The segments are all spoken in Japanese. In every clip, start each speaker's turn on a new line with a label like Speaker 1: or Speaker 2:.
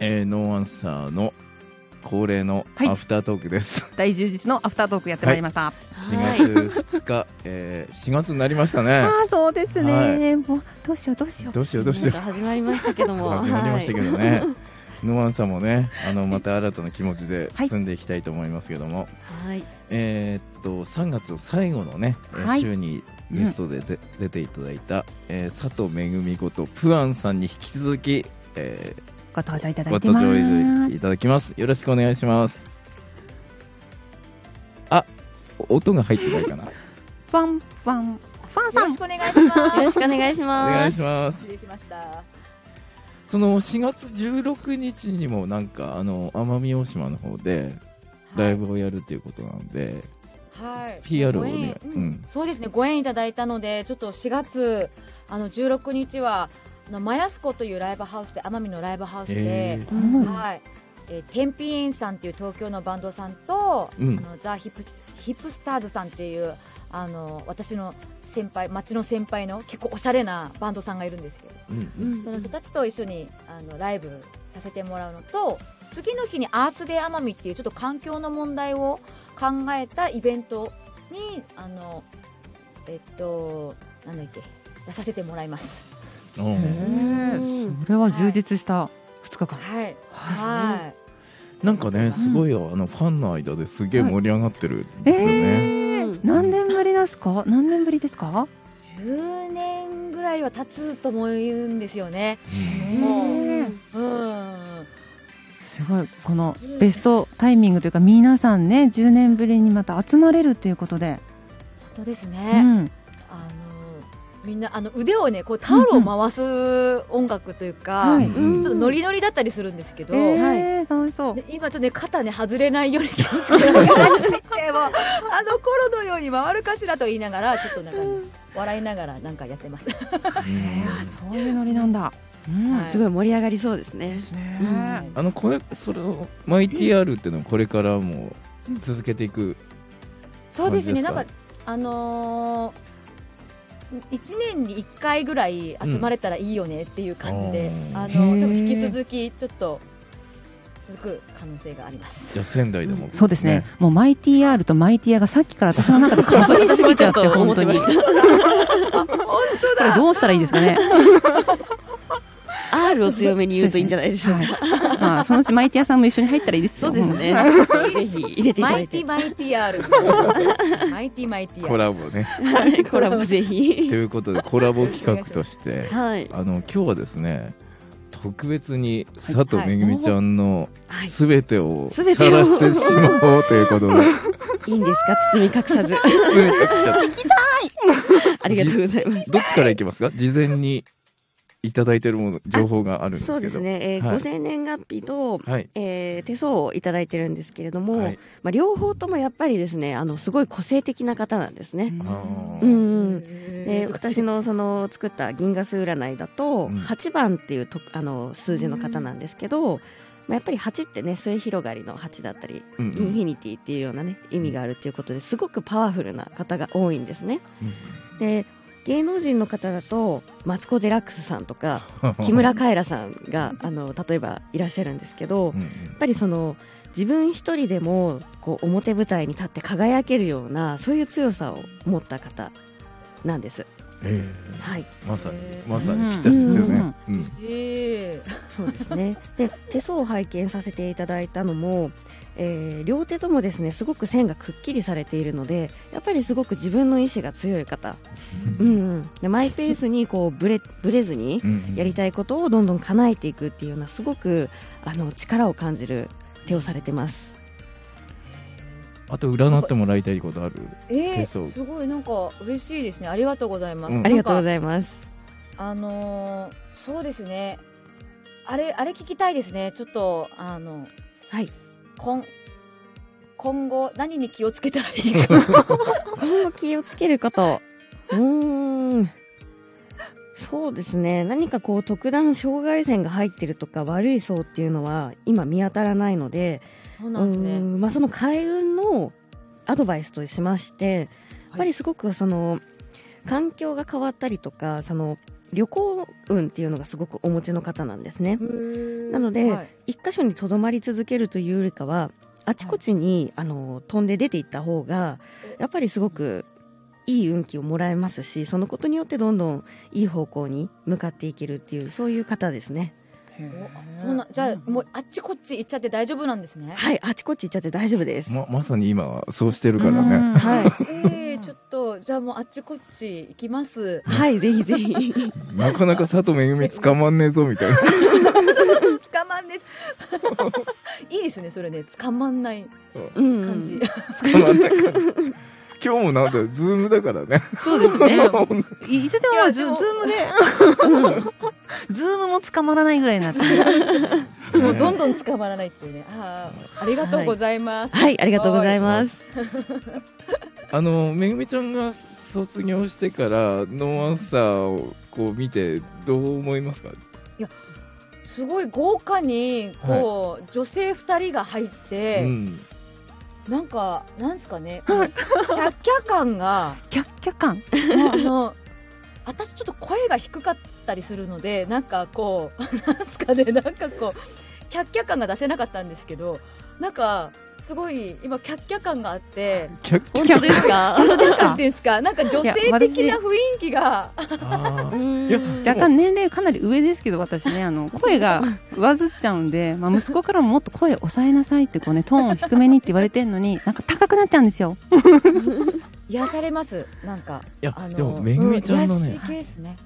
Speaker 1: えーノーアンサーの恒例の
Speaker 2: はい
Speaker 1: アフタートークです、
Speaker 2: 大充実のアフタートークやってまいりました。
Speaker 3: はい
Speaker 1: 4月2日、えー、4月になりましたね
Speaker 2: ああ、そうですね、
Speaker 1: はい
Speaker 2: もう、どうしよう、どうしよう。
Speaker 1: どうしようどうしよう
Speaker 3: 始まりましたけども。
Speaker 1: 始まりましたけどね、 ノーアンサーもねあのまた新たな気持ちで
Speaker 2: はい
Speaker 1: 進んでいきたいと思いますけども、
Speaker 3: はい。
Speaker 1: えーっと3月を最後のね、えー
Speaker 2: はい
Speaker 1: 週にゲストでで、出ていただいた、えー佐藤めぐみことプアンさんに引き続き、えー
Speaker 2: ご登場いただ
Speaker 1: ご
Speaker 2: いて
Speaker 1: 登
Speaker 2: ます。
Speaker 1: 場いただきますよろしくお願いしますあ音が入ってないかな
Speaker 2: ファン、ファン、ファン
Speaker 4: よ
Speaker 2: さ
Speaker 4: ろ
Speaker 2: ん
Speaker 4: し。くお願いします。
Speaker 3: よろしくお願いし
Speaker 1: お願
Speaker 3: ま
Speaker 1: いし
Speaker 3: す。
Speaker 1: ます
Speaker 4: 失礼しました。
Speaker 1: その4月16日にもなんかあの奄美大島の方でライブをやるということなので、
Speaker 4: はい。
Speaker 1: PR を
Speaker 4: ご縁
Speaker 1: ね、うん、
Speaker 4: そうですね。ご縁いただいたので、ちょっと4月あの16日はあのマヤスコというライブハウスで奄美のライブハウスで、
Speaker 1: え
Speaker 2: うん
Speaker 4: はい。えー、天秤園さんっていう東京のバンドさんと、
Speaker 1: うん
Speaker 4: あのザヒップヒップスターズさんっていうあの私の先輩町の先輩の結構おしゃれなバンドさんがいるんですけど、
Speaker 1: うん
Speaker 3: うん
Speaker 4: その人たちと一緒にあのライブさせてもらうのと次の日にアースデー奄美っていうちょっと環境の問題を考えたイベントにあのえっとなんだっけ出させてもらいます。
Speaker 1: うん
Speaker 3: うん
Speaker 2: これは充実した2日間。
Speaker 4: はい、
Speaker 2: は
Speaker 4: はい、
Speaker 1: なんかね、すごいよあのファンの間ですげえ盛り上がってるんですよ
Speaker 2: え
Speaker 1: ね。
Speaker 3: うん
Speaker 2: い。何年ぶりですか？何年ぶりですか？
Speaker 4: 10年ぐらいは経つと思うんですよね。
Speaker 1: うん
Speaker 4: も
Speaker 2: へー
Speaker 4: う、うん、
Speaker 2: すごいこのベストタイミングというか皆さんね10年ぶりにまた集まれるっていうことで、
Speaker 4: 本当です
Speaker 2: う
Speaker 4: ね。
Speaker 2: ん、
Speaker 4: あのみんなあの腕をねこうタオルを回す音楽というか、
Speaker 2: はい
Speaker 4: ち
Speaker 1: うん
Speaker 4: ょっとノリノリだったりするんですけど。
Speaker 2: えー、楽しそう
Speaker 4: で今ちょっとね肩ね外れないように気をつけながらでもあの頃のように回るかしらと言いながらちょっとなんか笑いながらなんかやってます。
Speaker 2: えー、そういうノリなんだ、うん
Speaker 4: はい
Speaker 3: すごい盛り上がりそうです
Speaker 2: で
Speaker 3: ね。
Speaker 2: すね、
Speaker 3: うん
Speaker 1: あのこれそれをマイ TR っていうのはこれからも続けていく。
Speaker 4: そうですね
Speaker 1: マ
Speaker 4: な
Speaker 1: ジ
Speaker 4: ん
Speaker 1: ですか
Speaker 4: かあのー、1年に1回ぐらい集まれたらいいよねっていう感じで、
Speaker 1: うん
Speaker 4: あの
Speaker 2: へー
Speaker 4: 多分引き続きちょっと続く可能性があります。
Speaker 1: じゃあ仙台でも、
Speaker 2: そうですねもうマイティアールとマイティアがさっきから私の中でかぶりすぎちゃって本 当にこ
Speaker 3: た。
Speaker 2: れどうしたらいいですか ね
Speaker 3: R を強めに言うといいんじゃないでしょうか。
Speaker 2: はいまあそのうちマイティアさんも一緒に入ったらいいです
Speaker 3: そ
Speaker 2: よ
Speaker 3: うですね。
Speaker 2: ん
Speaker 3: ぜひ入れていた
Speaker 4: マ
Speaker 3: だ
Speaker 4: イ
Speaker 3: い
Speaker 4: ティ
Speaker 3: て。
Speaker 4: マイテ ィ R マイティマイティ
Speaker 1: コ
Speaker 4: R
Speaker 1: ラボね。
Speaker 3: はいコラボぜ
Speaker 1: と
Speaker 3: ひ。
Speaker 1: いうことでコラボ企画として、
Speaker 3: はい。
Speaker 1: あの今日はですね。特別に佐藤めぐみちゃんの
Speaker 3: はい。
Speaker 1: すべてを
Speaker 3: 全てを
Speaker 1: 晒してしまおうという ことで、
Speaker 3: いいんですか包み隠さず。
Speaker 1: とにかくちょっと
Speaker 3: ありがとうございます。
Speaker 1: どっちからいきますか事前にいただいてるもの情報があるんですけど
Speaker 3: そうですね。えー
Speaker 1: はい
Speaker 3: ご生年月日と、
Speaker 1: はい
Speaker 3: えー手相をいただいてるんですけれども、
Speaker 1: はい
Speaker 3: まあ、両方ともやっぱりですねあのすごい個性的な方なんですね。
Speaker 1: あー
Speaker 3: うんうん
Speaker 4: え
Speaker 3: で私のその作った銀河数占いだと、
Speaker 1: うん
Speaker 3: 8番っていうとあの数字の方なんですけど、まあ、やっぱり8ってね末広がりの8だったり、
Speaker 1: うん
Speaker 3: インフィニティっていうようなね意味があるっていうことですごくパワフルな方が多いんですね。で芸能人の方だとマツコ・デラックスさんとか
Speaker 1: うん
Speaker 3: 木村カエラさんがあの例えばいらっしゃるんですけど、
Speaker 1: うん
Speaker 3: やっぱりその自分一人でもこう表舞台に立って輝けるようなそういう強さを持った方なんです。
Speaker 1: え
Speaker 3: は
Speaker 1: え
Speaker 3: い、
Speaker 1: まさに
Speaker 4: ええ
Speaker 1: まさに来たんですよねうん
Speaker 3: そうですね。で手相を拝見させていただいたのも、えー両手ともですねすごく線がくっきりされているのでやっぱりすごく自分の意志が強い方、うんうん、でマイペースにこうブレブレずに
Speaker 1: うん
Speaker 3: やりたいことをどんどん叶えていくっていうようなすごくあの力を感じる手をされてます。
Speaker 1: あと占ってもらいたいことある
Speaker 4: え
Speaker 1: 手相
Speaker 4: ー、すごいなんか嬉しいですねありがとうございます、
Speaker 1: うん
Speaker 3: ありがとうご
Speaker 4: い
Speaker 3: ざいます。
Speaker 4: ますあのーそうですねあれあれ聞きたいですねちょっとあの
Speaker 3: はい
Speaker 4: 今今後何に気をつけたらいい か
Speaker 3: 今後気をつけること。 うーん。そうですね。何かこう特段障害線が入ってるとか悪い層っていうのは今見当たらないので、
Speaker 4: そうなんです
Speaker 3: うー
Speaker 4: ね
Speaker 3: んまあその開運のアドバイスとしまして、やっぱりすごくその環境が変わったりとか、その旅行運っていうのがすごくお持ちの方なんですね。な
Speaker 4: な
Speaker 3: ので
Speaker 4: はい
Speaker 3: 一箇所にとどまり続けるというよりかはあちこちに、あの飛んで出ていった方がやっぱりすごくいい運気をもらえますしそのことによってどんどんいい方向に向かっていけるっていうそういう方ですね
Speaker 4: おあそんなじゃあもうあっちこっち行っちゃって大丈夫なんですね。
Speaker 3: はいあちこち行っちゃって大丈夫です、
Speaker 1: ままさに今はそうしてるからね、
Speaker 3: はい
Speaker 4: えー、ちょっとじゃあもうあっちこっち行き ます。
Speaker 3: はいぜひぜ ひ
Speaker 1: なかなか佐藤めぐみ捕まんねえぞみたいな
Speaker 4: 捕まんです。 いいですねそれね捕まんない
Speaker 3: うん
Speaker 4: 感じ。
Speaker 1: 捕まんないから今日もなんだよズームだからね
Speaker 3: そうですね
Speaker 2: いつでもズ
Speaker 4: いやで
Speaker 2: ズ
Speaker 4: も
Speaker 2: ームで、ズームも捕まらないぐらいになってる。
Speaker 4: もうどんどん捕まらないっていうね。ああありがとうございます。
Speaker 3: はいありがとうございます
Speaker 1: あのめぐみちゃんが卒業してからノーアンサーをこう見てどう思いますか
Speaker 4: すごい豪華にこう、女性二人が入って、
Speaker 1: うん
Speaker 4: なんかなんですかね、キャッキャ感が
Speaker 2: キャッキャ感。
Speaker 4: あの私ちょっと声が低かったりするのでなんかこうなんですかねなんかこうキャッキャ感が出せなかったんですけどなんかすごい今キャッキャ感があって。
Speaker 1: キャッ
Speaker 3: 本当ですか
Speaker 4: どうですかっていうんですかなんか女性的
Speaker 2: いや私
Speaker 4: な雰囲気が
Speaker 1: あー
Speaker 3: うん
Speaker 1: いや
Speaker 2: 若干年齢かなり上ですけど、私ね、あの声が上ずっちゃうん で、まあ息子からももっと声抑えなさいってこうね、トーンを低めにって言われてるのに、なんか高くなっちゃうんですよ。
Speaker 4: 癒されますなんか
Speaker 1: いや
Speaker 4: あの
Speaker 1: でもめぐみちゃんの
Speaker 4: う
Speaker 1: ね
Speaker 4: 癒し系ですね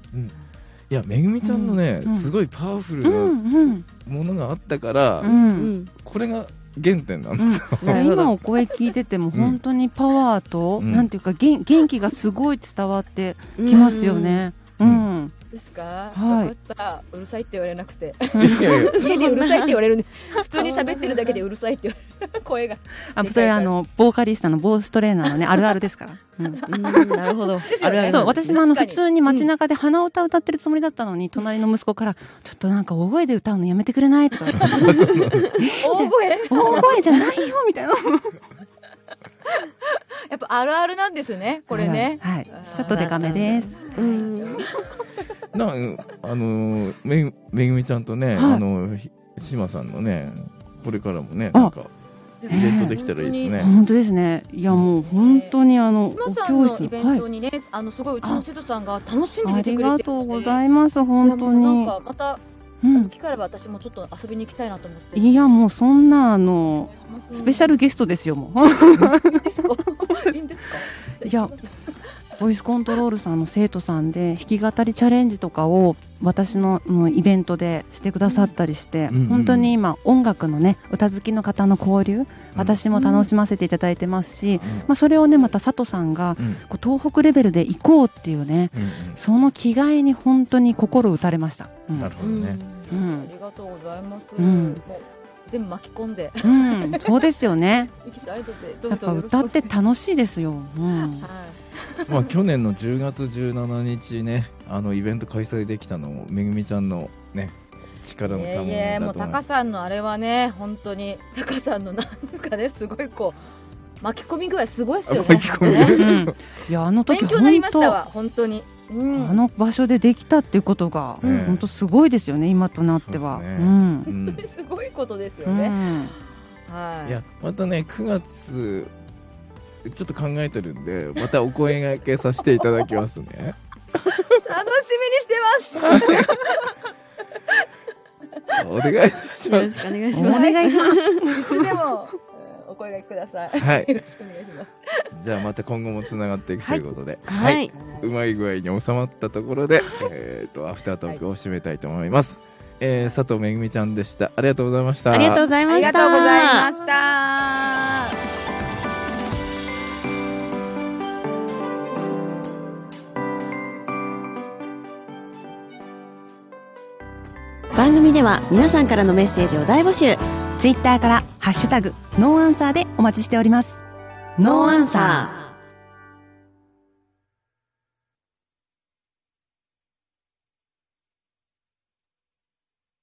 Speaker 1: いやめぐみちゃんのね、
Speaker 2: うんうん
Speaker 1: すごいパワフル
Speaker 2: う
Speaker 1: なん
Speaker 2: うん
Speaker 1: ものがあったから、
Speaker 2: う。
Speaker 3: うんん
Speaker 1: これが原点なんだ、
Speaker 2: うん、
Speaker 3: なるほど
Speaker 2: 今お声聞いてても本当にパワーと、
Speaker 1: うん
Speaker 2: なんていうか元元気がすごい伝わってきますよね。う
Speaker 1: うん
Speaker 2: ん、
Speaker 4: ですか、
Speaker 2: はい
Speaker 4: よかったう るさいって言われなくて
Speaker 1: いやいや
Speaker 4: 家 でうるさいって言われるんで普通に喋ってるだけでうるさいって言わ れる声が
Speaker 2: あそれはあのボーカリストのボーストレーナーのねあるあるですから。うん
Speaker 3: うんなるほど
Speaker 4: す
Speaker 3: あ
Speaker 4: よね
Speaker 3: るある
Speaker 2: そう私もあの
Speaker 4: 確か
Speaker 2: 普
Speaker 4: に
Speaker 2: 通に街中で鼻歌歌ってるつもりだったのに、隣の息子から「ちょっとなんか大声で歌うのやめてくれない?」とか「
Speaker 4: 大声や
Speaker 2: 大声じゃないよ」み たいな
Speaker 4: っぱあるあるなんですねこれね、
Speaker 2: はい、はい
Speaker 4: あー
Speaker 2: ちょっとデカめです
Speaker 3: うん
Speaker 1: なあのめめぐみちゃんとね、
Speaker 2: はい
Speaker 1: あのひ志麻さんのねこれからもね
Speaker 2: あ
Speaker 1: なんかイ
Speaker 2: え
Speaker 1: ベントできたらいいですね、
Speaker 2: 本当ですねいやもう本当にあのお
Speaker 4: ひまさんのイベント
Speaker 2: い
Speaker 4: にね、あのすごいうちの瀬戸さんが楽しんで
Speaker 2: あ
Speaker 4: 出て
Speaker 2: り
Speaker 4: くれ
Speaker 2: が
Speaker 4: てるので
Speaker 2: とうございます本当
Speaker 4: いやもう
Speaker 2: に
Speaker 4: なんかまた、
Speaker 2: うん
Speaker 4: 機会あれば私もちょっと遊びに行きたいなと思って
Speaker 2: いやもうそんなあのスペシャ
Speaker 4: ル
Speaker 2: ルゲストですよも う
Speaker 4: ですかいいんです かじゃあ行きます
Speaker 2: ボイスコントロールさんの生徒さんで弾き語りチャレンジとかを私のうんイベントでしてくださったりして、
Speaker 1: うん
Speaker 2: 本当に今音楽のね歌好きの方の交流、
Speaker 1: ん
Speaker 2: 私も楽しませていただいてますし、
Speaker 1: うん
Speaker 2: まあ、それをねまた佐藤さんが
Speaker 1: うん
Speaker 2: こう東北レベルで行こうっていうね
Speaker 1: うん
Speaker 2: その気概に本当に心打たれました。
Speaker 1: う
Speaker 2: う
Speaker 1: ん
Speaker 2: ん
Speaker 1: なるほどね、
Speaker 2: うん
Speaker 4: ありがとうございます、
Speaker 2: うん
Speaker 4: もう全部巻き込んで
Speaker 2: うん、そうですよね。
Speaker 4: 行きたいので ど
Speaker 2: や
Speaker 4: う
Speaker 2: っぱ
Speaker 4: ぞよろしく
Speaker 2: 歌って楽しいですよ。うん、
Speaker 4: はい
Speaker 1: まあ去年の10月17日ねあのイベント開催できたのもめぐみちゃんのね力の
Speaker 4: い
Speaker 1: 賜
Speaker 4: や
Speaker 1: 物
Speaker 4: いやも
Speaker 1: だ
Speaker 4: う
Speaker 1: と思い
Speaker 4: 高
Speaker 1: ます
Speaker 4: さんのあれはね本当に高さんのなんですかねすごいこう巻き込み具合すごいっすよね
Speaker 1: 巻き込み具合
Speaker 4: ね
Speaker 2: うん、 いやあの時
Speaker 4: 勉強になり
Speaker 2: 本
Speaker 4: ました
Speaker 2: 当
Speaker 4: わ本当にうん
Speaker 2: あの場所でできたっていうことが、
Speaker 1: ね
Speaker 2: 本当すごいですよね、今となっては。
Speaker 1: そううですね
Speaker 2: ん
Speaker 1: うん
Speaker 4: すごいことですよ
Speaker 2: う
Speaker 4: ね、
Speaker 2: ん
Speaker 4: はい
Speaker 1: いやまたね9月ちょっと考えてるんでまたお声がけさせていただきますね
Speaker 4: 楽しみにしてます
Speaker 1: お願いし
Speaker 3: よ
Speaker 1: ま
Speaker 3: ろ
Speaker 1: す
Speaker 3: しくお願いし
Speaker 2: お
Speaker 3: ます
Speaker 2: 願いします。
Speaker 4: いつでも うんお声がけください
Speaker 1: はい
Speaker 4: よろしくお願いします
Speaker 1: じゃあまた今後もつながっていくということで、
Speaker 3: はい
Speaker 1: はいうまい具合に収まったところでえーとアフタートークを締めたいと思います、えー佐藤めぐみちゃんでしたありがとうございました
Speaker 3: ありがとうござい
Speaker 4: あ
Speaker 3: ま
Speaker 4: り
Speaker 3: した
Speaker 4: がとうございました
Speaker 3: 番組では皆さんからのメッセージを大募集
Speaker 2: ツイッターからハッシュタグノーアンサーでお待ちしております。
Speaker 3: ノーアンサー